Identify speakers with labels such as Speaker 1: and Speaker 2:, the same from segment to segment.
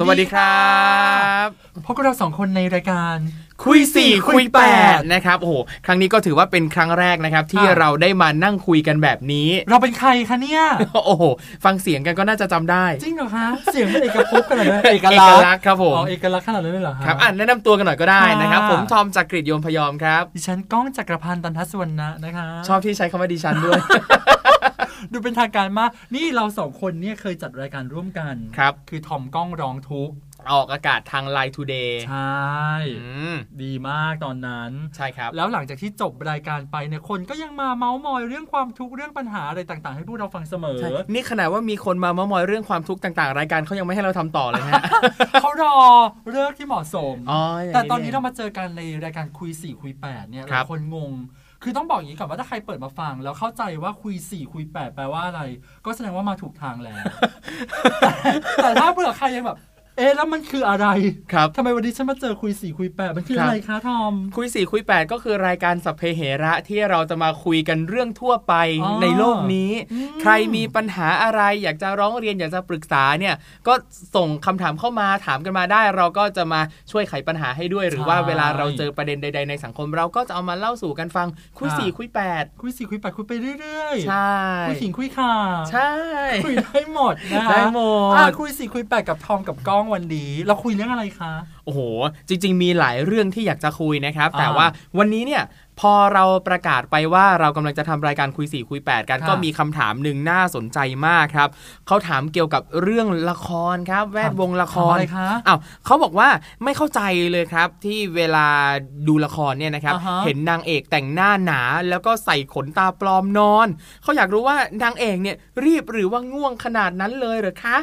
Speaker 1: สวัสดีครับ
Speaker 2: พบกับเราสองคนในรายการ
Speaker 1: คุยสี่
Speaker 2: คุ
Speaker 1: คุย
Speaker 2: ย
Speaker 1: แป
Speaker 2: แป
Speaker 1: ด
Speaker 2: ด
Speaker 1: นะครับโอ้โหครั้งนี้ก็ถือว่าเป็นครั้งแรกนะครับ ที่
Speaker 2: อ่ะ
Speaker 1: เราได้มานั่งคุยกันแบบ นี้
Speaker 2: เราเป็นใครคะเนี่ย
Speaker 1: โอ้โห ฟังเสียงกันก็น่าจะจำได้
Speaker 2: จริงเหรอคะ เสียงเป็นเอกภพขนาดนั้น
Speaker 1: ษณ์ครับผม
Speaker 2: อ๋อเอกลักษณ์ขนาดนั้นเลยเหรอฮะ
Speaker 1: ครับอ่านแนะนำตัวกันหน่อยก็ได้นะครับ
Speaker 2: ค่ะ
Speaker 1: ผมทอมจากกรีฑโยมพยอมครับ
Speaker 2: ดิฉันก้องจักรพันธ์ตันทสวรรณะนะคะ
Speaker 1: ชอบที่ใช้คำว่าดิฉัน ด้วย
Speaker 2: ดูเป็นทางการมาก นี่เราสองคนเนี่ยเคยจัดรายการร่วมกัน
Speaker 1: ครับ
Speaker 2: คือทอมก้องร้องทุกข์
Speaker 1: ออกอากาศทาง Line Today
Speaker 2: ใช่
Speaker 1: อืม
Speaker 2: ดีมากตอนนั้น
Speaker 1: ใช่ครับ
Speaker 2: แล้วหลังจากที่จบรายการไปเนี่ยคนก็ยังมาเมาส์มอยเรื่องความทุกข์เรื่องปัญหาอะไรต่างๆ ให้พวกเราฟังเสมอ
Speaker 1: ใช่นี่ขนาดว่ามีคนมาเมามอยเรื่องความทุกข์ต่างๆ รายการเขายังไม่ให้เราทำต่อเลยฮะ
Speaker 2: เขารอเลิกที่เหมาะสม
Speaker 1: อ๋ออย่าง
Speaker 2: แต่ตอนนี้
Speaker 1: เอ
Speaker 2: เรา
Speaker 1: ง
Speaker 2: มาเจอกันในรายการคุย 4 คุย 8 เนี่ยห
Speaker 1: ครั
Speaker 2: ลา
Speaker 1: บ
Speaker 2: ยคนงง คือต้องบอกอย่างนี้ก่อนว่าถ้าใครเปิดมาฟัง แล้วเข้าใจว่าคุย 4 คุย 8 แปลว่าอะไร ก็แสดงว่ามาถูกทางแล้ว แต่แต่ถ้าเผื่อใครยังแบบ เอ๊ะแล้วมันคืออะไร
Speaker 1: ครับ
Speaker 2: ทำไมวันนี้ฉันมาเจอคุย 4 คุย 8 มันคือ
Speaker 1: ครับ
Speaker 2: อะไรคะทอม
Speaker 1: คุยสี่คุยแปดก็คือรายการสัพเพเหระที่เราจะมาคุยกันเรื่องทั่วไป
Speaker 2: อ๋อ
Speaker 1: ในโลกนี้
Speaker 2: อืม
Speaker 1: ใครมีปัญหาอะไรอยากจะร้องเรียนอยากจะปรึกษาเนี่ยก็ส่งคำถามเข้ามาถามกันมาได้ เราก็จะมาช่วยไขปัญหาให้ด้วย หรือว่าเวลาเราเจอประเด็นใด ๆ ในสังคม เราก็จะเอามาเล่าสู่กันฟังคุยสี่คุยแปด
Speaker 2: คุย 4 คุย 8 คุยไปเรื่อย
Speaker 1: ใช่
Speaker 2: คุยขิงคุยข่า
Speaker 1: ใช่
Speaker 2: คุยได้หมดนะคะ
Speaker 1: ได้หม
Speaker 2: อ่ะ
Speaker 1: ด
Speaker 2: คุย 4 คุย 8 กับทอมกับก้องวันนี้ เราคุยเรื่องอะไรคะ
Speaker 1: โอ้โห จริง ๆ มีหลายเรื่องที่อยากจะคุยนะครับ
Speaker 2: อ่า
Speaker 1: แต่ว่าวันนี้เนี่ยพอเราประกาศไปว่าเรากำลังจะทำรายการคุย 4 คุย 8 กัน
Speaker 2: ค่ะ
Speaker 1: ก็มีคำถามหนึ่งน่าสนใจมากครับ เขาถามเกี่ยวกับเรื่องละครครับ แวดวงละค
Speaker 2: ถาม
Speaker 1: ร
Speaker 2: อะไรคะ
Speaker 1: อ้าวเขาบอกว่าไม่เข้าใจเลยครับที่เวลาดูละครเนี่ยนะครับ
Speaker 2: อ่าฮะ
Speaker 1: เห็นนางเอกแต่งหน้าหนา แล้วก็ใส่ขนตาปลอมนอน เขาอยากรู้ว่านางเอกเนี่ยรีบหรือว่าง่วงขนาดนั้นเลยเหรือคะ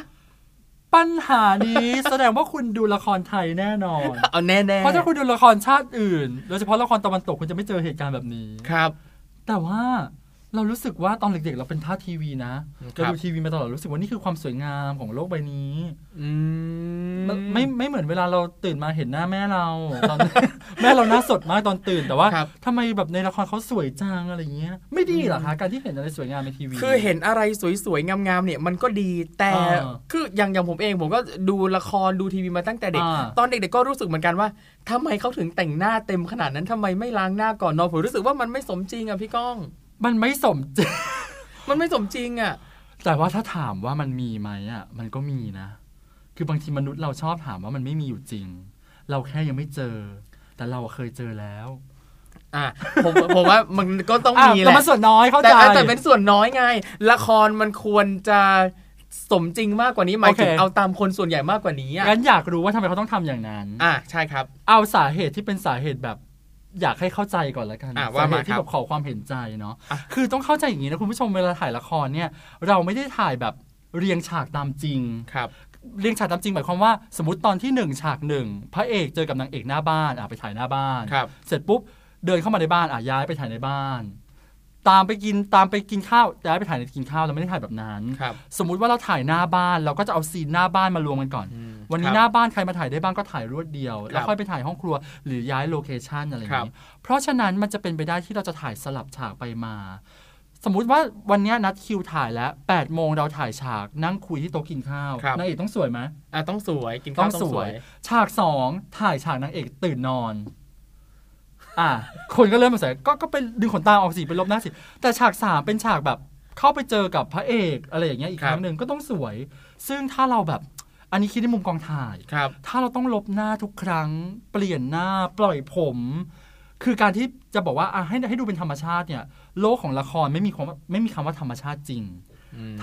Speaker 2: ปัญหานี้ แสดงว่าคุณดูละครไทยแน่นอน
Speaker 1: เอาแน่ๆ
Speaker 2: เพราะถ้าคุณดูละครชาติอื่น โดยเฉพาะละครตะวันตกคุณจะไม่เจอเหตุการณ์แบบนี้
Speaker 1: ครับ
Speaker 2: แต่ว่าเรารู้สึกว่าตอนเด็กๆ เราเป็นท่าสทีวีนะ
Speaker 1: ครั
Speaker 2: เรา
Speaker 1: บ
Speaker 2: ดูทีวีมาตลอดรู้สึกว่านี่คือความสวยงามของโลกใบนี้
Speaker 1: อืม
Speaker 2: มันไม่ไม่เหมือนเวลาเราตื่นมาเห็นหน้าแม่เราตอน แม่เราหน้าสดมากตอนตื่นแต่ว่า
Speaker 1: ครับ
Speaker 2: ทำไมแบบในละครเขาสวยจังอะไรเงี้ย ไม่ดีเหรอคะการที่เห็นอะไรสวยงามในทีวี
Speaker 1: คือเห็นอะไรสวยๆ งามๆ เนี่ยมันก็ดีแต่
Speaker 2: อ่า
Speaker 1: คืออย่างอย่างผมเองผมก็ดูละครดูทีวีมาตั้งแต่เด็ก
Speaker 2: อ่า
Speaker 1: ตอนเด็กๆก็รู้สึกเหมือนกันว่าทำไมเขาถึงแต่งหน้าเต็มขนาดนั้นทำไมไม่ล้างหน้าก่อนนอนผมรู้สึกว่ามันไม่สมจริงอ่ะพี่ก้อง
Speaker 2: มันไม่สมจริง
Speaker 1: มันไม่สมจริงอ่ะ
Speaker 2: แต่ว่าถ้าถามว่ามันมีไหมอ่ะ มันก็มีนะ คือบางทีมนุษย์เราชอบถามว่ามันไม่มีอยู่จริง เราแค่ยังไม่เจอ แต่เราเคยเจอแล้ว
Speaker 1: อ่ะผมผมว่ามันก็ต้อง
Speaker 2: ะ
Speaker 1: มีแห
Speaker 2: แต่
Speaker 1: ละ
Speaker 2: มันส่วนน้อยเข้า
Speaker 1: แต่
Speaker 2: ใจ
Speaker 1: แต่เป็นส่วนน้อยไง ละครมันควรจะสมจริงมากกว่านี้หมายถึง
Speaker 2: โอเค
Speaker 1: เอาตามคนส่วนใหญ่มากกว่านี้อ่ะ
Speaker 2: งั้นอยากรู้ว่าทำไมเขาต้องทำอย่างนั้น
Speaker 1: อ่ะใช่ครับ
Speaker 2: เอาสาเหตุที่เป็นสาเหตุแบบ อยากให้เข้าใจก่อนละกัน
Speaker 1: อ่ะ
Speaker 2: สา
Speaker 1: ว่า
Speaker 2: เห
Speaker 1: มา
Speaker 2: ตุที่
Speaker 1: ครับ
Speaker 2: แบบขอความเห็นใจเนาะ
Speaker 1: อ่ะ
Speaker 2: คือต้องเข้าใจอย่างนี้นะคุณผู้ชมเวลาถ่ายละครเนี่ย เราไม่ได้ถ่ายแบบเรียงฉากตามจริง
Speaker 1: ครับ
Speaker 2: เรียงฉากตามจริงหมายความว่าสมมติตอนที่หนึ่งฉากหนึ่งพระเอกเจอกับนางเอกหน้าบ้านอ่ะไปถ่ายหน้าบ้าน
Speaker 1: ครับ
Speaker 2: เสร็จปุ๊บเดินเข้ามาในบ้านอ่ะย้ายไปถ่ายในบ้าน ตามไปกินตามไปกินข้าวย้ายไปถ่ายในกินข้าวเราไม่ได้ถ่ายแบบนั้น
Speaker 1: ครับ
Speaker 2: สมมุติว่าเราถ่ายหน้าบ้านเราก็จะเอาซีนหน้าบ้านมารวมกันก่อน
Speaker 1: อืม
Speaker 2: วัน
Speaker 1: ค
Speaker 2: นี้
Speaker 1: รับ
Speaker 2: หน้าบ้านใครมาถ่ายได้บ้างก็ถ่ายรวดเดียว
Speaker 1: ครับ
Speaker 2: แล้วค่อยไปถ่ายห้องครัวหรือย้ายโลเคชันอะไรอย่างนี้เพราะฉะนั้นมันจะเป็นไปได้ที่เราจะถ่ายสลับฉากไปมา สมมุติว่าวันเนี้ยนัดคิวถ่ายแล้ว8โมงเราถ่ายฉากนั่งคุยที่โต๊ะกินข้าว
Speaker 1: ครับ
Speaker 2: นางเอกต้องสวยไหม
Speaker 1: อ่ะต้องสวยกิน
Speaker 2: ต้
Speaker 1: ข้า
Speaker 2: อ
Speaker 1: ว
Speaker 2: ง
Speaker 1: ต้อง
Speaker 2: ส
Speaker 1: ส
Speaker 2: ว
Speaker 1: วย ย
Speaker 2: ฉากสองถ่ายฉากนางเอกตื่นนอน อ่ะ คนก็เริ่มมาใส่ก็ก็ไปดึงขนตาออกสิไปลบหน้าสิ แต่ฉากสามเป็นฉากแบบเข้าไปเจอกับพระเอกอะไรอย่างเงี้ยอีก
Speaker 1: ครั
Speaker 2: ค
Speaker 1: บ
Speaker 2: รั้งหนึ่งก็ต้องสวย ซึ่งถ้าเราแบบ อันนี้คิดในมุมกองถ่าย
Speaker 1: ครับ
Speaker 2: ถ้าเราต้องลบหน้าทุกครั้ง เปลี่ยนหน้าปล่อยผม คือการที่จะบอกว่าอ่ะให้ให้ดูเป็นธรรมชาติเนี่ย โลกของละครไม่มีคำว่าไม่มีคำว่าธรรมชาติจริง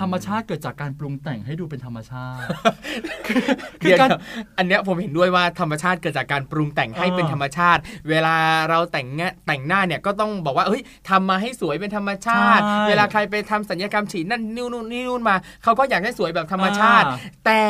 Speaker 2: ธรรมชาติเกิดจากการปรุงแต่งให้ดูเป็นธรรมชาติ คือคือ
Speaker 1: เดี๋ยว
Speaker 2: การ
Speaker 1: ๆอันเนี้ยผมเห็นด้วยว่าธรรมชาติเกิดจากการปรุงแต่งให้
Speaker 2: เออ
Speaker 1: เป็นธรรมชาติ เวลาเราแต่งงะแต่งหน้าเนี่ยก็ต้องบอกว่าเฮ้ยทำมาให้สวยเป็นธรรมชาติ
Speaker 2: ใช่
Speaker 1: เวลาใครไปทำสัญญกรรมฉีดนั่นนิ้วนู่นนี่นู่นมาเขาก็อยากให้สวยแบบธรรมชาติ
Speaker 2: อ่า
Speaker 1: แต่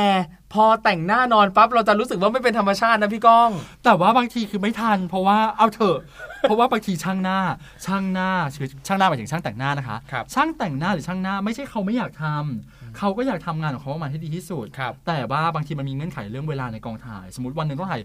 Speaker 1: พอแต่งหน้านอนปั๊บเราจะรู้สึกว่าไม่เป็นธรรมชาตินะพี่ก้อง
Speaker 2: แต่ว่าบางทีคือไม่ทัน เพราะว่าเอาเถอะ เพราะว่าบางทีช่างหน้า ช่างหน้าคือช่างหน้าหมายถึงช่างแต่งหน้านะคะ
Speaker 1: ครับ
Speaker 2: ช่างแต่งหน้าหรือช่างหน้าไม่ใช่เขาไม่อยากทำเขาก็อยากทำงานของเขาออกมาให้ดีที่สุด
Speaker 1: ครับ
Speaker 2: แต่ว่าบางทีมันมีเงื่อนไขเรื่องเวลาในกองถ่าย สมมติวันหนึ่งต้องถ่าย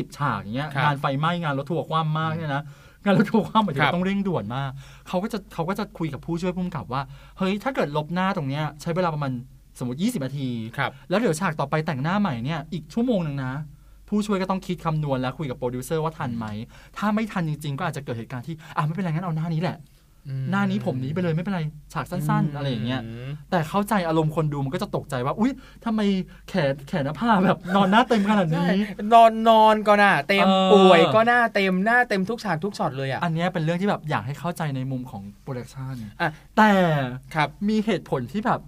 Speaker 2: 20 ฉากอย่างเงี้ย
Speaker 1: ครับ
Speaker 2: งานไฟไหม้งานรถทัวร์คว่ำมากเนี่ยนะงานรถทัวร์คว่ำหมายถึง
Speaker 1: ครับ
Speaker 2: ว่าต้องเร่งด่วนมากเขาก็จะเขาก็จะคุยกับผู้ช่วยผู้กำกับว่า เฮ้ยถ้าเกิดลบหน้าตรงเนี้ยใช้เวลาประมาณ สมมติ 20นาที
Speaker 1: ครับ
Speaker 2: แล้วเดี๋ยวฉากต่อไปแต่งหน้าใหม่เนี่ยอีกชั่วโมงหนึ่งนะ ผู้ช่วยก็ต้องคิดคำนวณแล้วคุยกับโปรดิวเซอร์ว่าทันไหม ถ้าไม่ทันจริง ๆ ก็อาจจะเกิดเหตุการณ์ที่อ่ะไม่เป็นไรงั้นเอาหน้านี้แหละ หน้านี้ผมนี้ไปเลยไม่เป็นไรฉากสั้น ๆ อะไรอย่างเงี้ย แต่เข้าใจอารมณ์คนดูมันก็จะตกใจว่า อุ๊ยทำไมแขนแขนหน้าผ้าแบบนอนหน้าเต็มขนาด
Speaker 1: ใช่
Speaker 2: นี้
Speaker 1: นอนนอนก็หน้าเต็ม
Speaker 2: เออ
Speaker 1: ป่วยก็หน้าเต็มหน้าเต็มทุกฉากทุกช็อตเลยอ่ะ
Speaker 2: อันเนี้ยเป็นเรื่องที่แบบอยากให้เข้าใจในมุมของโปรดักชัน
Speaker 1: อ่ะ
Speaker 2: แต่
Speaker 1: ครับ
Speaker 2: มีเหตุผลที่แบบ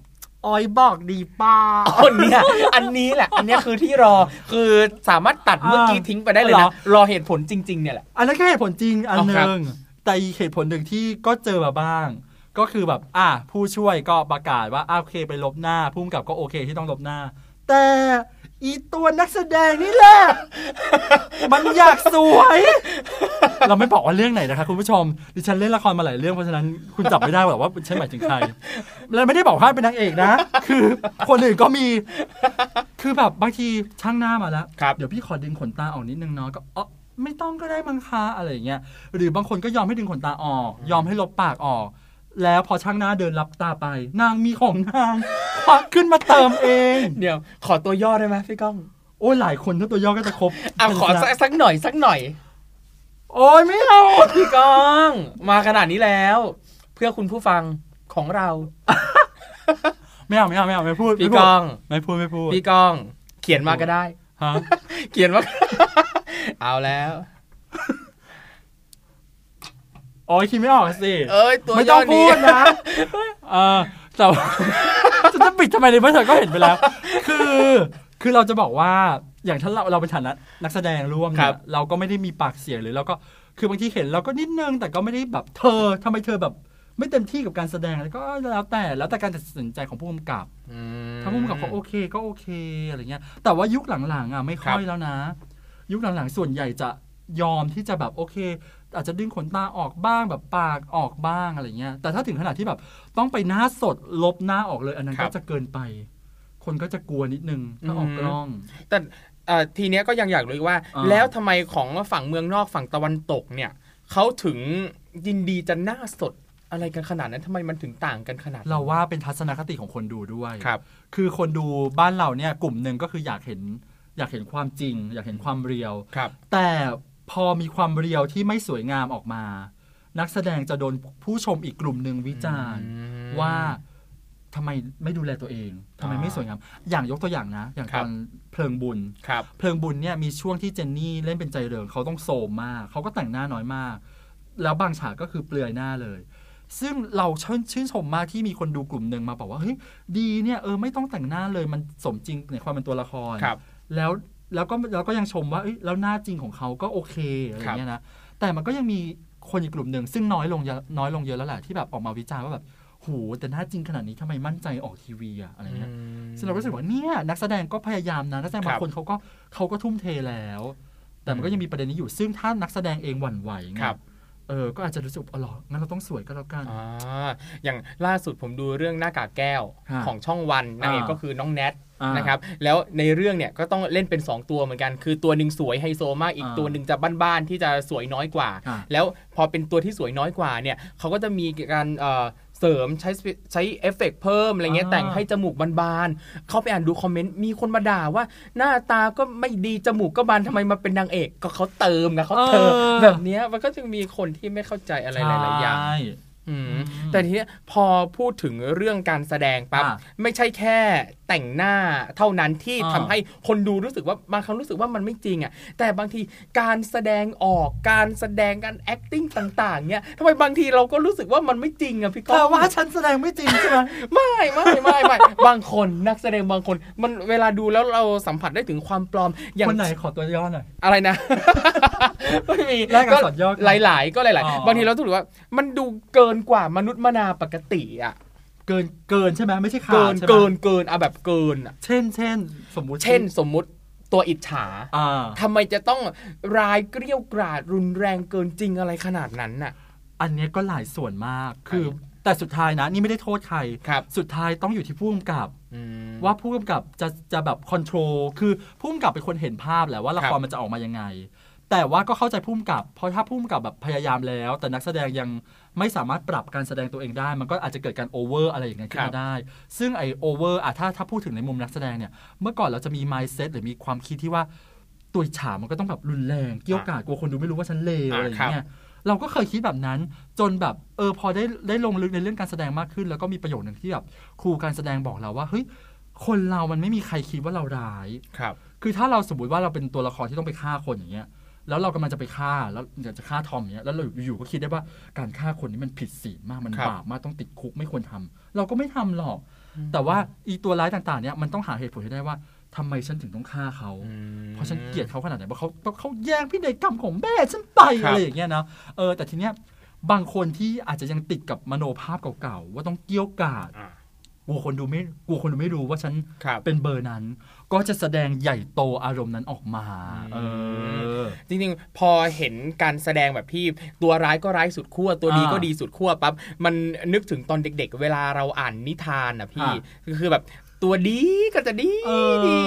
Speaker 2: ออยบอกดีป้า
Speaker 1: อันเนี้ยอันนี้แหละ อันเนี้ยคือที่รอคือสามารถตัดเมื่อกี้ทิ้งไปได้เลย
Speaker 2: เหร
Speaker 1: นะ
Speaker 2: อ
Speaker 1: รอเหตุผลจริง ๆ เนี่ยแหละ
Speaker 2: อันนั้นแค่เหตุผลจริงอันห
Speaker 1: อ๋อครับ
Speaker 2: นึ่งแต่อีกเหตุผลหนึ่งที่ก็เจอมาบ้าง ก็คือแบบ อ่ะผู้ช่วยก็ประกาศว่าอ่ะโอเคไปลบหน้าพุ่มกับก็โอเคที่ต้องลบหน้า แต่อีตัวนักแสดงนี่แหละ มันอยากสวย เราไม่บอกว่าเรื่องไหนนะคะคุณผู้ชมดิฉันเล่นละครมาหลายเรื่องเพราะฉะนั้นคุณจับไม่ได้หรอกว่าฉันหมายถึงใครและไม่ได้บอกว่าเป็นนางเอกนะ คือคนอื่นก็มี คือแบบบางทีช่างหน้ามาแล้ว
Speaker 1: ครับ
Speaker 2: เดี๋ยวพี่ขอดึงขนตาออกนิดนึงเนาะก็อ๋อไม่ต้องก็ได้มังคะอะไรอย่างเงี้ยหรือบางคนก็ยอมให้ดึงขนตาออก ยอมให้ลบปากออก แล้วพอช่างหน้าเดินรับตาไป นางมีของนางควักขึ้นมาเติมเอง
Speaker 1: เดี๋ยวขอตัวย่อได้ไหมพี่ก้อง
Speaker 2: โอ้ยหลายคนถ้าตัวย่อก็จะครบ
Speaker 1: อ่ะขอสักสักหน่อยสักหน่อย
Speaker 2: โอ้ยไม่เอา
Speaker 1: พี่ก้อง มาขนาดนี้แล้ว เพื่อคุณผู้ฟังของเรา
Speaker 2: ไม่เอาไม่เอาไม่เอาไม่พูด
Speaker 1: พี่
Speaker 2: ไม่พูด
Speaker 1: ก้อง
Speaker 2: ไม่พูดไม่พูด
Speaker 1: พี่ก้อง เขียนมาก็ได้
Speaker 2: ฮะ
Speaker 1: เขียนมา เอาแล้ว
Speaker 2: โอ้ยคิดไม่ออกสิ
Speaker 1: เอ้ยตัว
Speaker 2: ไม่ต้
Speaker 1: ย่
Speaker 2: อ
Speaker 1: อง
Speaker 2: พู
Speaker 1: นี้
Speaker 2: ดนะเออแต่ ว่า จะจะปิดทำไมเลยเมื่อเธอก็เห็นไปแล้ว คือ คือเราจะบอกว่าอย่างถ้าเราเราเป็นฐานะนักแสดงร่วม
Speaker 1: ค
Speaker 2: เนี่
Speaker 1: รั
Speaker 2: ย
Speaker 1: บ
Speaker 2: เราก็ไม่ได้มีปากเสียงหรือเราก็คือบางทีเห็นเราก็นิดนึงแต่ก็ไม่ได้แบบเธอทำไมเธอแบบ ไม่เต็มที่กับการแสดงอะไรก็แล้วแต่แล้วแต่การตัดสินใจของผู้กำกับ
Speaker 1: อื
Speaker 2: ถ้าพุ่มกับเขาโอเคก็โอเคอะไรเงี้ย แต่ว่ายุคหลังๆอ่ะไม่ค่อยแล้วนะ ยุคหลังๆ ส่วนใหญ่จะยอมที่จะแบบโอเค อาจจะดึงขนตาออกบ้างแบบปากออกบ้างอะไรเงี้ย แต่ถ้าถึงขนาดที่แบบต้องไปหน้าสดลบหน้าออกเลยอันนั้น
Speaker 1: ครั
Speaker 2: ก็
Speaker 1: บ
Speaker 2: จะเกินไป คนก็จะกลัวนิดนึงถ้าออก
Speaker 1: อืม
Speaker 2: กล้อง
Speaker 1: แต่เอ่อทีเนี้ยก็ยังอยากรู้อีกว่า
Speaker 2: อ่า
Speaker 1: แล้วทำไมของฝั่งเมืองนอกฝั่งตะวันตกเนี่ยเขาถึงยินดีจะหน้าสดอะไรกันขนาดนั้นทำไมมันถึงต่างกันขนาดนั้น
Speaker 2: เราว่าเป็นทัศนคติของคนดูด้วย
Speaker 1: ครับ
Speaker 2: คือคนดูบ้านเราเนี่ยกลุ่มหนึ่งก็คืออยากเห็นอยากเห็นความจริง อยากเห็นความเรียว
Speaker 1: ครับ
Speaker 2: แต่พอมีความเรียวที่ไม่สวยงามออกมา นักแสดงจะโดนผู้ชมอีกกลุ่มหนึ่งวิจารณ์ว่าทำไมไม่ดูแลตัวเองทำไม
Speaker 1: อ่า
Speaker 2: ไม่สวยงาม อย่างยกตัวอย่างนะ อย่าง
Speaker 1: ค
Speaker 2: ต
Speaker 1: รับ
Speaker 2: อนเพลิงบุญ
Speaker 1: ครับ
Speaker 2: เพลิงบุญเนี่ยมีช่วงที่เจนนี่เล่นเป็นใจเริงเขาต้องโสมมากเขาก็แต่งหน้าน้อยมาก แล้วบางฉากก็คือเปลือยหน้าเลย ซึ่งเราชื่นชื่นชมมากที่มีคนดูกลุ่มหนึ่งมาบอกว่าเฮ้ยดีเนี่ยเออไม่ต้องแต่งหน้าเลยมันสมจริงในความเป็นตัวละคร
Speaker 1: ครับ
Speaker 2: แล้วแล้วก็เราก็ยังชมว่าเอ้ยแล้วหน้าจริงของเขาก็โอเคอะไรเงี้ยนะแต่มันก็ยังมีคนอีกกลุ่มหนึ่งซึ่งน้อยลงเยอะน้อยลงเยอะแล้วแหละที่แบบออกมาวิจารณ์ว่าแบบหูแต่หน้าจริงขนาดนี้ทำไมมั่นใจออกทีวีอะอะไรเงี้ยซึ่งเราก็รู้สึกว่าเนี่ยนักแสดงก็พยายามนะนักแสด
Speaker 1: ครั
Speaker 2: งา
Speaker 1: บบ
Speaker 2: งคนเขาก็เขาก็ทุ่มเทแล้ว แต่มันก็ยังมีประเด็นนี้อยู่ซึ่งถ้านักแสดงเองหวั่นไหวไง
Speaker 1: ครับ
Speaker 2: เออก็อาจจะรู้สึกอ๋อเหรองั้นเราต้องสวยก็แล้วกัน
Speaker 1: อ่าอย่างล่าสุดผมดูเรื่องหน้ากากแก้ว
Speaker 2: ฮะ
Speaker 1: ของช่องวันนางเอก
Speaker 2: อ่า
Speaker 1: ก็คือน้องแนท
Speaker 2: อ่า
Speaker 1: นะครับแล้วในเรื่องเนี่ยก็ต้องเล่นเป็น 2 ตัวเหมือนกัน คือตัวหนึ่งสวยไฮโซมากอีก
Speaker 2: อ่า
Speaker 1: ตัวหนึ่งจะบ้านๆที่จะสวยน้อยกว่า
Speaker 2: อ่า
Speaker 1: แล้วพอเป็นตัวที่สวยน้อยกว่าเนี่ยเขาก็จะมีการเอ่อเสริมใช้ใช้เอฟเฟกต์เพิ่มอะไรเงี้ยแต่งให้จมูกบานๆเข้าไปอ่านดูคอมเมนต์มีคนมาด่าว่า หน้าตาก็ไม่ดีจมูกก็บานทำไมมาเป็นนางเอกก็เขาเติมนะเขาเติม
Speaker 2: เออ
Speaker 1: แบบเนี้ยมันก็จึงมีคนที่ไม่เข้าใจอะไรหลายๆอย่าง
Speaker 2: ใช่
Speaker 1: อืม
Speaker 2: อืม
Speaker 1: แต่ทีเนี้ยพอพูดถึงเรื่องการแสดงปั๊บ
Speaker 2: อ่ะ
Speaker 1: ไม่ใช่แค่แต่งหน้าเท่านั้นที่
Speaker 2: อ่า
Speaker 1: ทำให้คนดูรู้สึกว่าบางครั้งรู้สึกว่ามันไม่จริงอ่ะแต่บางทีการแสดงออกการแสดงการ acting ต่าง ๆเนี้ยทำไมบางทีเราก็รู้สึกว่ามันไม่จริงอ่ะพี่
Speaker 2: เธ
Speaker 1: ก้อง
Speaker 2: อว่าฉันแสดงไม่จริงใช่ไหม
Speaker 1: ไม่ไม่ไม่ไม่ บางคนนักแสดงบางคน มันเวลาดูแล้วเราสัมผัสได้ถึงความปลอมอย่าง
Speaker 2: คนไหนขอตัวย่อหน่อย
Speaker 1: อะไรนะ ไม่มี
Speaker 2: แลกอักษรย่อกัน
Speaker 1: หลาย ๆ ก็หลาย
Speaker 2: อ๋อ
Speaker 1: ๆ บางทีเรารู้สึกว่า มันดูเกินกว่ามนุษย์มนาปกติอ่ะ
Speaker 2: เกินเกินใช่ไหมไม่ใช่ขาด
Speaker 1: เกิน
Speaker 2: ใช่ไหม
Speaker 1: เกินเกินเอาแบบเกินอะ
Speaker 2: เช่นเช่นสมมุติ
Speaker 1: เช่นสมมุติตัวอิจฉา
Speaker 2: อ่า
Speaker 1: ทำไมจะต้องรายเกรี้ยวกราดรุนแรงเกินจริงอะไรขนาดนั้นน่ะ
Speaker 2: อันเนี้ยก็หลายส่วนมากคือ แต่สุดท้ายนะ นี่ไม่ได้โทษใคร
Speaker 1: ครับ
Speaker 2: สุดท้ายต้องอยู่ที่ผู้กำกับ
Speaker 1: อืม
Speaker 2: ว่าผู้กำกับจะจะแบบคอนโทรลคือผู้กำกับเป็นคนเห็นภาพแหละว่าละค
Speaker 1: ครั
Speaker 2: ร
Speaker 1: บ
Speaker 2: มันจะออกมายังไง แต่ว่าก็เข้าใจพุ่มกับ เพราะถ้าพุ่มกับแบบพยายามแล้ว แต่นักแสดงยังไม่สามารถปรับการแสดงตัวเองได้ มันก็อาจจะเกิดการโอเวอร์อะไรอย่างเงี้ยขึ้น
Speaker 1: ครับ
Speaker 2: มาได้ ซึ่งไอโอเวอร์อะถ้าถ้าพูดถึงในมุมนักแสดงเนี่ย เมื่อก่อนเราจะมี mindset หรือมีความคิดที่ว่าตัวฉาบมันก็ต้องแบบรุนแรง เกี่ยวกาดกลัวคนดูไม่รู้ว่าฉันเลว
Speaker 1: อ่า
Speaker 2: อะไรอย่างเงี้ย เราก็เคยคิดแบบนั้นจนแบบเออพอได้ได้ลงลึกในเรื่องการแสดงมากขึ้น แล้วก็มีประโยคหนึ่งที่แบบครูการแสดงบอกเราว่าเฮ้ยคนเรามันไม่มีใครคิดว่าเราร้าย
Speaker 1: ครับ
Speaker 2: คือถ้าเราสมมติว่าเราเป็นตัวละครที่ต้องไปฆ่าคนอย่างเงี้ย แล้วเรากำลังจะไปฆ่าแล้วอยากจะฆ่าทอมอย่างเงี้ยแล้วเราอยู่ๆก็คิดได้ว่าการฆ่าคนนี้มันผิดศีลมากมัน
Speaker 1: ครับ
Speaker 2: บาปมากต้องติดคุกไม่ควรทำเราก็ไม่ทำหรอก แต่ว่าอีตัวร้ายต่างๆเนี่ยมันต้องหาเหตุผลให้ได้ว่าทำไมฉันถึงต้องฆ่าเขา เพราะฉันเกลียดเขาขนาดไหนเพราะเขาเขาแย่งพี่ในยกรรมของแม่ฉันไป
Speaker 1: ครับ
Speaker 2: อะไรอย่างเงี้ยนะเออแต่ทีเนี้ยบางคนที่อาจจะยังติดกับมโนภาพเก่าๆว่าต้องเกี้ยวกาด
Speaker 1: อ่าก
Speaker 2: ลัวคนดูไม่กลัวคนดูไม่รู้ว่าฉัน
Speaker 1: ครับ
Speaker 2: เป็นเบอร์นั้นก็จะแสดงใหญ่โตอารมณ์นั้นออกมา
Speaker 1: อื
Speaker 2: เออ
Speaker 1: มจริงๆ พอเห็นการแสดงแบบที่ตัวร้ายก็ร้ายสุดขั้วตัวดี
Speaker 2: อ่า
Speaker 1: ก็ดีสุดขั้วปั๊บมันนึกถึงตอนเด็ก ๆ เวลาเราอ่านนิทานอ่ะพี่
Speaker 2: อ่า
Speaker 1: คือแบบตัวดีก็จะดี
Speaker 2: เออ
Speaker 1: ดี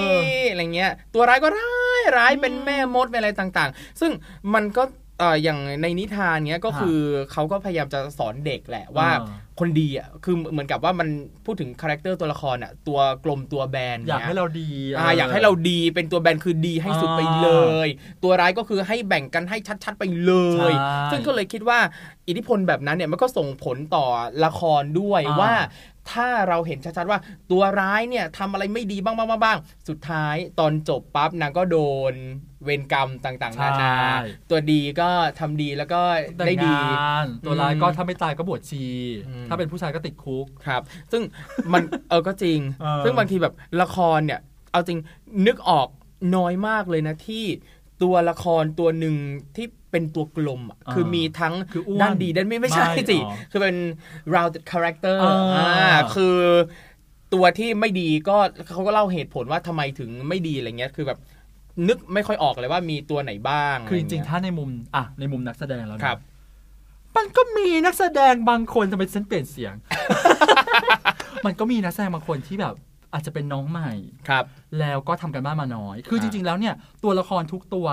Speaker 1: อะไรเงี้ย ตัวร้ายก็ร้ายร้ายเป็นแม่มดเป็นอะไรต่างๆ ซึ่งมันก็เอ่ออย่างในนิทานเนี้ยก็
Speaker 2: ฮะ
Speaker 1: คือเขาก็พยายามจะสอนเด็กแหละว่า
Speaker 2: เออ
Speaker 1: คนดีอ่ะคือเหมือนกับว่ามันพูดถึงคาแรคเตอร์ตัวละครอ่ะตัวกลมตัวแบน
Speaker 2: อยาก
Speaker 1: นี่
Speaker 2: ให้เราดี
Speaker 1: อ่าอยากให้เราดีเป็นตัวแบนคือดีให้สุดไปเลย ตัวร้ายก็คือให้แบ่งกันให้ชัดๆไปเลย
Speaker 2: ใช่
Speaker 1: ซึ่งก็เลยคิดว่าอิทธิพลแบบนั้นเนี่ยมันก็ส่งผลต่อละครด้วย
Speaker 2: อ่า
Speaker 1: ว่า ถ้าเราเห็นชัดๆว่าตัวร้ายเนี่ยทำอะไรไม่ดีบ้างๆๆๆสุดท้ายตอนจบปั๊บนางก็โดนเวรกรรมต่างๆนานา
Speaker 2: ใช่
Speaker 1: ตัวดีก็ทำดีแล้วก็
Speaker 2: แต่
Speaker 1: ได้
Speaker 2: ง
Speaker 1: ดี
Speaker 2: งานตัวร้ายก็
Speaker 1: อืม
Speaker 2: ถ้าไม่ตายก็บวชชี
Speaker 1: อืม
Speaker 2: ถ้าเป็นผู้ชายก็ติดคุก
Speaker 1: ครับ ซึ่งมัน เออก็จริง
Speaker 2: เออ
Speaker 1: ซึ่งบางทีแบบละครเนี่ย เอาจริงนึกออกน้อยมากเลยนะที่ตัวละครตัวหนึ่งที่เป็นตัวกลมอะ
Speaker 2: อ่า
Speaker 1: คือมีทั้ง
Speaker 2: คืออ้วน
Speaker 1: ด้านดีด้านไม่ไม่ใช่
Speaker 2: ไม่
Speaker 1: สิ
Speaker 2: หรอ
Speaker 1: คือเป็น rounded character
Speaker 2: อ่า
Speaker 1: อ่าคือตัวที่ไม่ดีก็เขาก็เล่าเหตุผลว่าทำไมถึงไม่ดีอะไรเงี้ยคือแบบนึกไม่ค่อยออกเลยว่ามีตัวไหนบ้าง
Speaker 2: คือจริงๆ
Speaker 1: ะไเย
Speaker 2: ถ้าในมุมอ่ะในมุมนักแสดงแล้วนะครับ มันก็มีนักแสดงบางคนทำไมฉันเปลี่ยนเสียง มันก็มีนักแสดงบางคนที่แบบอาจจะเป็นน้องใหม่
Speaker 1: ครับ
Speaker 2: แล้วก็ทำกันบ้านมาน้อย คือ
Speaker 1: ฮะ
Speaker 2: จริง ๆ แล้วเนี่ยตัวละครทุกตัว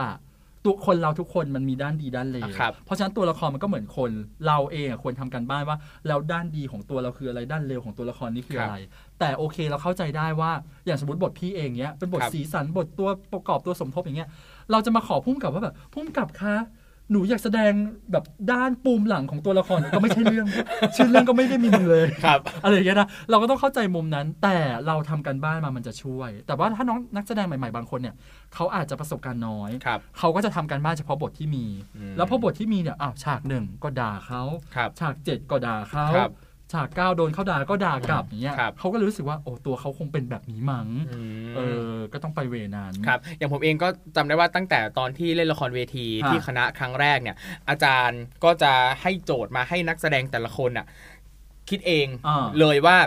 Speaker 2: ตัวคนเราทุกคนมันมีด้านดีด้านเลว
Speaker 1: ครับ
Speaker 2: เพราะฉะนั้นตัวละครมันก็เหมือนคน เราเองอะควรทำกันบ้านว่าแล้วด้านดีของตัวเราคืออะไรด้านเลวของตัวละครนี่คืออะไร แต่โอเคเราเข้าใจได้ว่าอย่างสมมติบทพี่เองเนี้ยเป็นบท
Speaker 1: ครับ
Speaker 2: สีสันบทตัวประกอบตัวสมทบอย่างเงี้ยเราจะมาขอพุ่มกับว่าแบบพุ่มกับคะหนูอยากแสดงแบบด้านปูมหลังของตัวละคร ก็ไม่ใช่เรื่อง ชื่อเรื่องก็ไม่ได้มีมึงเลย
Speaker 1: ครับ
Speaker 2: อะไรอย่างเงี้ยนะเราก็ต้องเข้าใจมุมนั้น แต่เราทำกันบ้านมามันจะช่วย แต่ว่าถ้าน้องนักแสดงใหม่ๆบางคนเนี่ยเขาอาจจะประสบการณ์น้อย
Speaker 1: ครับ
Speaker 2: เขาก็จะทำการบ้านเฉพาะบทที่มี
Speaker 1: อืม
Speaker 2: แล้วพอบทที่มีเนี่ยอ้าวฉากหนึ่งก็ด่าเขา
Speaker 1: ครับ
Speaker 2: ฉากเจ็ดก็ด่าเขา
Speaker 1: ครับ
Speaker 2: ฉากเก้าโดนเขาด่าก็ด่ากลับอย่างเงี้ย
Speaker 1: ครับ
Speaker 2: เขาก็เลยรู้สึกว่าโอ้ตัวเขาคงเป็นแบบนี้มั้ง
Speaker 1: อืม
Speaker 2: เออก็ต้องไปเวนั้น
Speaker 1: ครับอย่างผมเองก็จำได้ว่าตั้งแต่ตอนที่เล่นละครเวที
Speaker 2: อ่า
Speaker 1: ที่คณะครั้งแรกเนี่ย อาจารย์ก็จะให้โจทย์มาให้นักแสดงแต่ละคนน่ะคิดเอง
Speaker 2: อ่า
Speaker 1: เลยว่า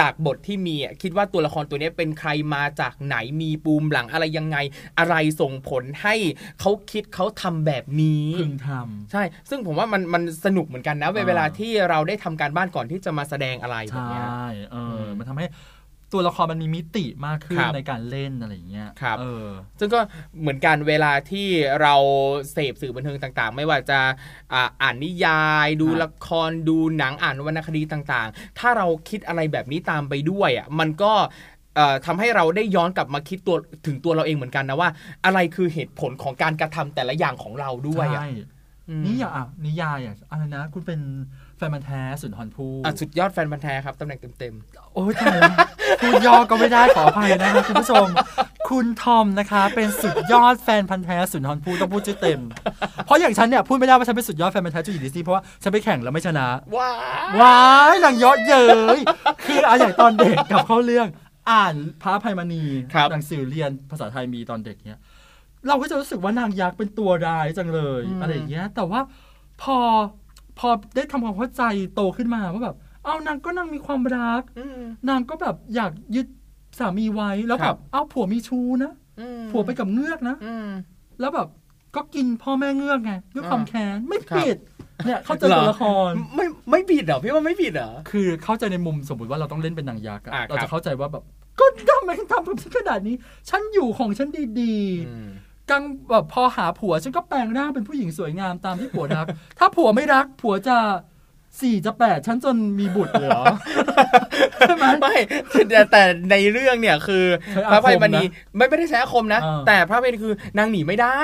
Speaker 1: จากบทที่มีอ่ะคิดว่าตัวละครตัวเนี้ยเป็นใครมาจากไหนมีปูมหลังอะไรยังไง อะไรส่งผลให้เขาคิดเขาทำแบบนี้
Speaker 2: พึงท
Speaker 1: ใช่ ซึ่งผมว่ามันมันสนุกเหมือนกันนะ
Speaker 2: อ่า
Speaker 1: เวลาที่เราได้ทำการบ้านก่อนที่จะมาแสดงอะไร
Speaker 2: ำ
Speaker 1: แบบ
Speaker 2: ใช่
Speaker 1: เนี้ย
Speaker 2: เอออ
Speaker 1: ม
Speaker 2: มันทำให้ตัวละครมันมีมิติมากขึ้
Speaker 1: คน รับ
Speaker 2: ในการเล่นอะไรอย่างเงี้ย
Speaker 1: ครับ
Speaker 2: เออ
Speaker 1: ซึ่งก็เหมือนกันเวลาที่เราเสพสื่อบันเทิงต่างๆ ไม่ว่าจะอ่าอ่านนิยาย ดู
Speaker 2: ครับ
Speaker 1: ละครดูหนังอ่านวรรณคดีต่างๆ ถ้าเราคิดอะไรแบบนี้ตามไปด้วยอ่ะมันก็เอ่อทำให้เราได้ย้อนกลับมาคิดตัวถึงตัวเราเองเหมือนกันนะว่า อะไรคือเหตุผลของการกระทำแต่ละอย่างของเราด้วยอ่ะ
Speaker 2: ใช่
Speaker 1: อืม
Speaker 2: นี่อย่าอ่ะนิยายอ่ะอะไรนะ คุณเป็นแฟนมันธุ์แท้สุนทรภู่
Speaker 1: อ่ะสุดยอดแฟนพันธ์แท้ครับตำแหน่งเต็ม
Speaker 2: โอ้ยตายแล้วพูดย่อก็ไม่ได้ขออภัยนะคะคุณผู้ชม คุณทอมนะคะ เป็นสุดยอดแฟนพันธุ์แท้สุนทรภู่ต้องพูดชื่อเต็ม เพราะอย่างฉันเนี่ยพูดไม่ได้ว่าฉันเป็นสุดยอดแฟนพันธุ์แท้จูหญิงดิสนีย์เพราะว่าฉันไปแข่งแล้วไม่ชนะ
Speaker 1: ๆ ว้าว
Speaker 2: ว้ายหลังเยอะเย้ยคืออะอย่างตอนเด็กกลับเข้าเรื่องอ่านพระอภัยมณีหนังสือเรียนภาษาไทยมีตอนเด็กเนี้ยเราก็จะรู้สึกว่านางยักษ์เป็นตัวร้ายจังเลยอะไรอย่างเงี้ย แต่ว่าพอพอได้ทำความเข้าใจโตขึ้นมาว่าแบบเอานางก็นางมีความรัก
Speaker 1: อืม
Speaker 2: นางก็แบบอยากยึดสามีไว้แล้ว
Speaker 1: ค
Speaker 2: แบ
Speaker 1: รั
Speaker 2: บบ เอาผัวมีชู้นะ
Speaker 1: อืม
Speaker 2: ผัวไปกับเงือกนะ
Speaker 1: อืม
Speaker 2: แล้วแบบก็กินพ่อแม่เงือกไงด้วยความ
Speaker 1: อ่า
Speaker 2: แค้นไม่
Speaker 1: ครับ
Speaker 2: ผิดเนี่ยเข้าใจตัวละคร
Speaker 1: ไม่ไม่ผิดเหรอพี่ว่าไม่ผิดเหรอ
Speaker 2: คือเข้าใจในมุมสมมติว่าเราต้องเล่นเป็นนางยักษ์อะ
Speaker 1: อ่าครับ
Speaker 2: เราจะเข้าใจว่าแบบก็ทำไมทำกับฉันขนาดนี้ ฉันอยู่ของฉันดี
Speaker 1: อืม
Speaker 2: ๆ กังแบบพอหาผัวฉันก็แปลงร่างเป็นผู้หญิงสวยงามตามที่ผัวรัก ถ้าผัวไม่รัก ผัวจะสี่จะแปดฉันจนมีบุตรเหรอ ใช่ไหม
Speaker 1: ไม่แต่แต่ในเรื่อง เนี่ยคือ
Speaker 2: ใช้อาคมนะ
Speaker 1: พระไพมณีไม่ไม่ได้ใช้อาคมนะ
Speaker 2: อ่า
Speaker 1: แต่พระไพมณีคือนางหนีไม่ได้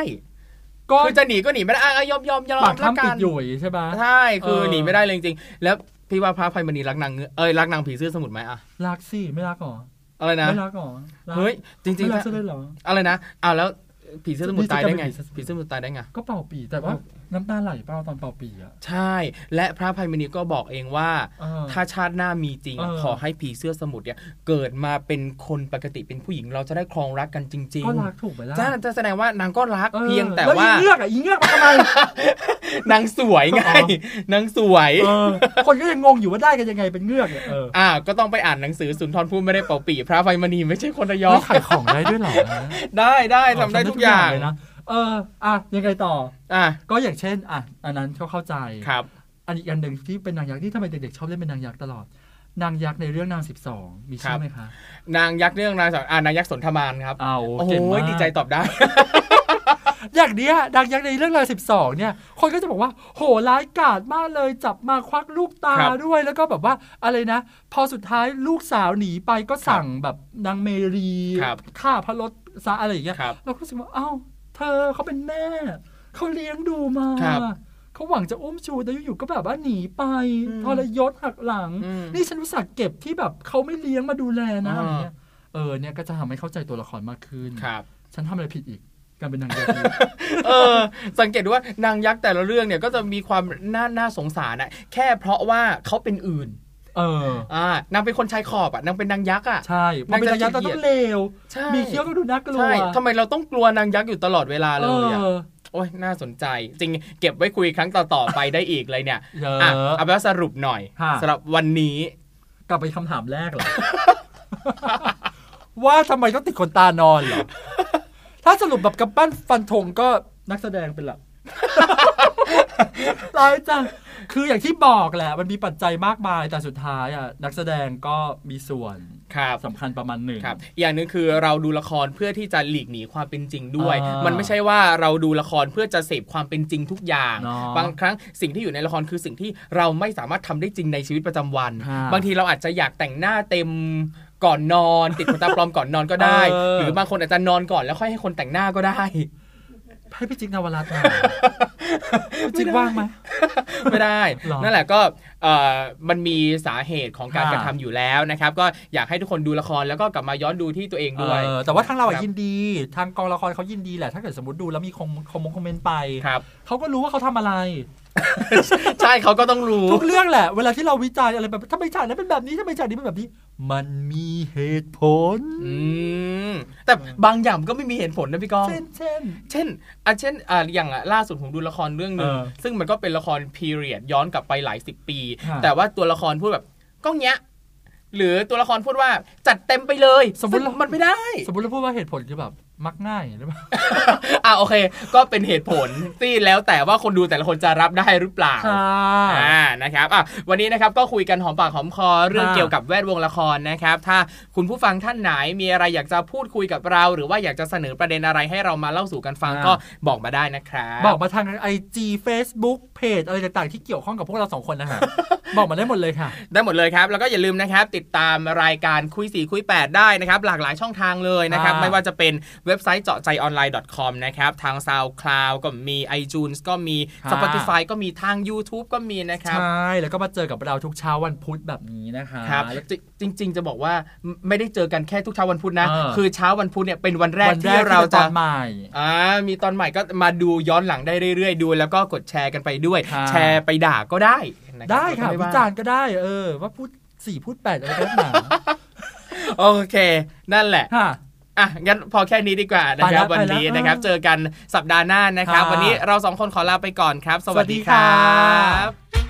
Speaker 2: ก็
Speaker 1: คือจะหนีก็หนีไม่ได้อ่ะอ่ะยอมยอมยอม
Speaker 2: ปาก
Speaker 1: ละ
Speaker 2: ถ้ำ
Speaker 1: กั
Speaker 2: ปิด
Speaker 1: น
Speaker 2: อยู่อย่างงี้ใช่ไหม
Speaker 1: ใช่คือ
Speaker 2: เออ
Speaker 1: หนีไม่ได้เลยจริงๆแล้วพี่ว่าพระไพมณีรักนางเงือกเอ้ยรักนางผีเสื้อสมุทรไหมอะ
Speaker 2: รักสิไม่รักหรอ
Speaker 1: อะไรนะ
Speaker 2: ไม่รักหรอรัก
Speaker 1: เฮ้ยจริง
Speaker 2: ไม่
Speaker 1: ๆ
Speaker 2: รั
Speaker 1: ถ้าก
Speaker 2: จะเลยเหรอ
Speaker 1: อะไรนะอ้าวแล้วผีเสื้อสมุทรตายได้ไง
Speaker 2: นี่จะเป็นผี
Speaker 1: ผี
Speaker 2: เสื้
Speaker 1: เสื้อ
Speaker 2: อส
Speaker 1: ส
Speaker 2: มุ
Speaker 1: มุท
Speaker 2: ท
Speaker 1: ร
Speaker 2: ร
Speaker 1: ตายได้ไง
Speaker 2: ก็เป่าปีแต่ว่าน้ำตาไหลเปล่าตอนเป่าปีอ่ะ
Speaker 1: ใช่ และพระไพมณีก็บอกเองว่า
Speaker 2: เออ
Speaker 1: ถ้าชาติหน้ามีจริงอะ
Speaker 2: เออ
Speaker 1: ขอให้ผีเสื้อสมุทรเนี่ยเกิดมาเป็นคนปกติเป็นผู้หญิงเราจะได้ครองรักกันจริง
Speaker 2: ก็
Speaker 1: ๆ
Speaker 2: รักถูกไปแล้ว
Speaker 1: จ้าจะแสดงว่านางก็รัก
Speaker 2: ออ
Speaker 1: เพียงแต่
Speaker 2: ล้ว
Speaker 1: ว่า
Speaker 2: อีเงือกอ่ะอีเงือกมาทำไม
Speaker 1: นางสวยไง
Speaker 2: อ๋อ
Speaker 1: นางสวย
Speaker 2: เออคนก็ยังงงอยู่ว่าได้กันยังไงเป็นเงือกเนี่ยเออ
Speaker 1: อ่าก็ต้องไปอ่านหนังสือสุนทรภู่ไม่ได้เป่าปีพระไฟมณีไม่ใช่คนระยอ
Speaker 2: ไม่
Speaker 1: ง
Speaker 2: ขายของได้ด้วยเหรอ
Speaker 1: ได้ได้ทำได้ทุกอย่าง
Speaker 2: เลยนะเอออ่ะยังไงต่อ
Speaker 1: อ่ะ
Speaker 2: ก็อย่างเช่นอ่ะอันนั้นเขาเข้าใจ
Speaker 1: ครับ
Speaker 2: อันอีกอันหนึ่งที่เป็นนางยักษ์ที่ทำไมเด็กๆชอบเล่นเป็นนางยักษ์ตลอด นางยักษ์ในเรื่องนาง 12 มีชื่อไหมคะ
Speaker 1: นางยักษ์เรื่องนางสอนอ่านางยักษ์สนธมานครับ
Speaker 2: เอา
Speaker 1: โอ้โห
Speaker 2: เก่งมาก
Speaker 1: ดีใจตอบได้
Speaker 2: อย่างเนี้ยนางยักษ์ในเรื่องนาง 12 เนี่ย คนก็จะบอกว่า โหร้ายกาจมากเลยจับมาควักลูกตา
Speaker 1: ครับ
Speaker 2: ด้วยแล้วก็แบบว่าอะไรนะ พอสุดท้ายลูกสาวหนีไปก็สั่งแบบนางเมรี
Speaker 1: ครับ
Speaker 2: ฆ่าพระรถซะอะไรอย่างเงี้ย
Speaker 1: ครับ
Speaker 2: เราก็รู้สึกว่าเอ้าเธอเขาเป็นแม่เขาเลี้ยงดูมา
Speaker 1: ครับ
Speaker 2: เขาหวังจะอุ้มชูแต่อยู่ๆก็แบบว่าหนีไปทรยศหักหลัง
Speaker 1: อืม
Speaker 2: นี่ฉันรู้สึกเก็บที่แบบเขาไม่เลี้ยงมาดูแลนะ
Speaker 1: อ่า
Speaker 2: อะไรเงี้ย เออเนี่ยก็จะทำให้เข้าใจตัวละครมากขึ้น
Speaker 1: ครับ
Speaker 2: ฉันทำอะไรผิดอีก การเป็นนางเอก อีก
Speaker 1: เออสังเกตดูว่านางยักษ์แต่ละเรื่องเนี่ยก็จะมีความน่าน่าสงสารอะแค่เพราะว่าเขาเป็นอื่น
Speaker 2: เออ
Speaker 1: อ่านางเป็นคนชายขอบอะนางเป็นนางยักษ์อะ
Speaker 2: ใช่พอเป็นนางยักษ์
Speaker 1: นา
Speaker 2: เรา
Speaker 1: งจะ
Speaker 2: ต้องเลว
Speaker 1: ใช่
Speaker 2: มีเคี้ยวก็ดูน่ากลัว
Speaker 1: ใช่ทำไมเราต้องกลัวนางยักษ์อยู่ตลอดเวลา
Speaker 2: เอ
Speaker 1: เลยอะ
Speaker 2: อ
Speaker 1: โอ้ยน่าสนใจ จริงเก็บไว้คุยครั้งต่อ ๆ ไปได้อีกเลยเนี่ย
Speaker 2: เย
Speaker 1: อ่ะ
Speaker 2: อะ
Speaker 1: เอาไปนว่าสรุปหน่อย
Speaker 2: ค่ะ
Speaker 1: สำหรับวันนี้
Speaker 2: กลับไปคำถามแรกเหรอ ว่าทำไมต้องติดขนตานอนเหร อ ถ้าสรุปแบบกำปั้นฟันธงก็นักแสดง เป็นหลัก ร้ายจัง คืออย่างที่บอกแหละ มันมีปัจจัยมากมายแต่สุดท้ายอ่ะนักแสดงก็มีส่วน
Speaker 1: ครับ
Speaker 2: สำคัญประมาณหนึ่ง
Speaker 1: ครับอีกอย่างหนึงคือเราดูละครเพื่อที่จะหลีกหนีความเป็นจริงด้วย
Speaker 2: อ่ามั
Speaker 1: มันไม่ใช่ว่าเราดูละครเพื่อจะเสพความเป็นจริงทุกอย่าง
Speaker 2: เนาะ
Speaker 1: บางครั้งสิ่งที่อยู่ในละครคือสิ่งที่เราไม่สามารถทำได้จริงในชีวิตประจำวัน
Speaker 2: ฮะ
Speaker 1: บางทีเราอาจจะอยากแต่งหน้าเต็มก่อนนอน ติดขนตาปลอมก่อนนอนก็ได้
Speaker 2: เออ
Speaker 1: หรือบางคนอาจจะนอนก่อนแล้วค่อยให้คนแต่งหน้าก็ได้
Speaker 2: ให้พี่จิ๊กนวรัต น์มา พี่จิ๊กว่างไหม
Speaker 1: ไม่ได้
Speaker 2: หรอ
Speaker 1: นั่นแหละก็เอ่อมันมีสาเหตุของการ
Speaker 2: ค่ะ
Speaker 1: กระทำอยู่แล้วนะครับ ก็อยากให้ทุกคนดูละครแล้วก็กลับมาย้อนดูที่ตัวเองด้วย
Speaker 2: เออแต่ว่าทางเรา
Speaker 1: ค
Speaker 2: อ่ะ
Speaker 1: บ
Speaker 2: ยินดี ทางกองละครเขายินดีแหละ ถ้าเกิดสมมติดูแล้วมีคอมคอมคอมเมนต์ไป
Speaker 1: ครับ
Speaker 2: เขาก็รู้ว่าเขาทำอะไร
Speaker 1: ใช่เขาก็ต้องรู้
Speaker 2: ทุกเรื่องแหละ เวลาที่เราวิจารณ์อะไรแบบทำไมฉากนั้นเป็นแบบนี้ทำไมฉากนี้เป็นแบบนี้ มันมีเหตุผล
Speaker 1: อืม แต่บางอย่างก็ไม่มีเหตุผลนะพี่ก้อง
Speaker 2: เช่นเช่น
Speaker 1: เช่นอ่ะเช่นอ่ะอย่างอ่ะล่าสุดผมดูละครเรื่องหนึ่ง
Speaker 2: เออ
Speaker 1: ซึ่งมันก็เป็นละครพีเรียดย้อนกลับไปหลายสิบปี
Speaker 2: ฮะ
Speaker 1: แต่ว่าตัวละครพูดแบบก็เงี้ย หรือตัวละครพูดว่าจัดเต็มไปเลย
Speaker 2: สมมุติ
Speaker 1: ซึ่งมันไม่ได้
Speaker 2: สมมติเราพูดว่าเหตุผลคือแบบมักง่ายหรือเปล่า
Speaker 1: อ่ะโอเค ก็เป็นเหตุผลที่แล้วแต่ว่าคนดูแต่ละคนจะรับได้หรือเปล่า อ่า นะครับ อ่ะ วันนี้นะครับก็คุยกันหอมปากหอมคอเรื่อง
Speaker 2: ค่ะ
Speaker 1: เกี่ยวกับแวดวงละครนะครับ ถ้าคุณผู้ฟังท่านไหนมีอะไรอยากจะพูดคุยกับเรา หรือว่าอยากจะเสนอประเด็นอะไรให้เรามาเล่าสู่กันฟัง
Speaker 2: ค่ะ
Speaker 1: ก็บอกมาได้นะครับ
Speaker 2: บอกมาทางไอจีเฟซบุ๊กเพจอะไรต่างๆ ที่เกี่ยวข้องกับพวกเราสองคน นะฮะ บอกมาได้หมดเลยค่ะ
Speaker 1: ได้หมดเลยครับ แล้วก็อย่าลืมนะครับ ติดตามรายการคุยสีคุยแปดได้นะครับ หลากหลายช่องทางเลยนะครับ
Speaker 2: ค่ะ
Speaker 1: ไม่ว่าจะเป็นเว็บไซต์เจาะใจออนไลน์ .com นะครับ ทาง SoundCloud ก็มี iTunes ก็มี Spotify ก็มีทาง YouTube ก็มีนะครับ
Speaker 2: ใช่ แล้วก็มาเจอกับเราทุกเช้าวันพุธแบบนี้นะคะ
Speaker 1: ครับ
Speaker 2: แล้ว
Speaker 1: จริงจริง ๆ จะบอกว่าไม่ไม่ได้เจอกันแค่ทุกเช้าวันพุธนะ
Speaker 2: เออ
Speaker 1: คือเช้าวันพุธเนี่ยเป็นวันแรก
Speaker 2: วันแร
Speaker 1: ที่
Speaker 2: ก
Speaker 1: เรา
Speaker 2: ที่เป็นต
Speaker 1: จะ
Speaker 2: อนใหม่
Speaker 1: อ่ามีตอนใหม่ก็มาดูย้อนหลังได้เรื่อยๆ ดู แล้วก็กดแชร์กันไปด้วย
Speaker 2: ครับ
Speaker 1: แชร์ไปด่าก็ได้นรับ
Speaker 2: ได้ค่ะ
Speaker 1: ม่
Speaker 2: วิ
Speaker 1: ว่
Speaker 2: จารณ์ก็ได้เออ ว่าพูดสี่ พูดแปดอะไรก็หนา
Speaker 1: โอเค นั่นแหละ
Speaker 2: ค่ะ
Speaker 1: อ่ะ งั้นพอแค่นี้ดีกว่านะครับ
Speaker 2: ไปแล้ว
Speaker 1: วันนี้
Speaker 2: ไปแล้ว
Speaker 1: นะครับ เจอกันสัปดาห์หน้านะครับ
Speaker 2: ค่ะ
Speaker 1: วันนี้เราสองคนขอลาไปก่อนครับ สวัส
Speaker 2: สวั
Speaker 1: ดี
Speaker 2: สดี
Speaker 1: คร
Speaker 2: ค่ะ
Speaker 1: ับ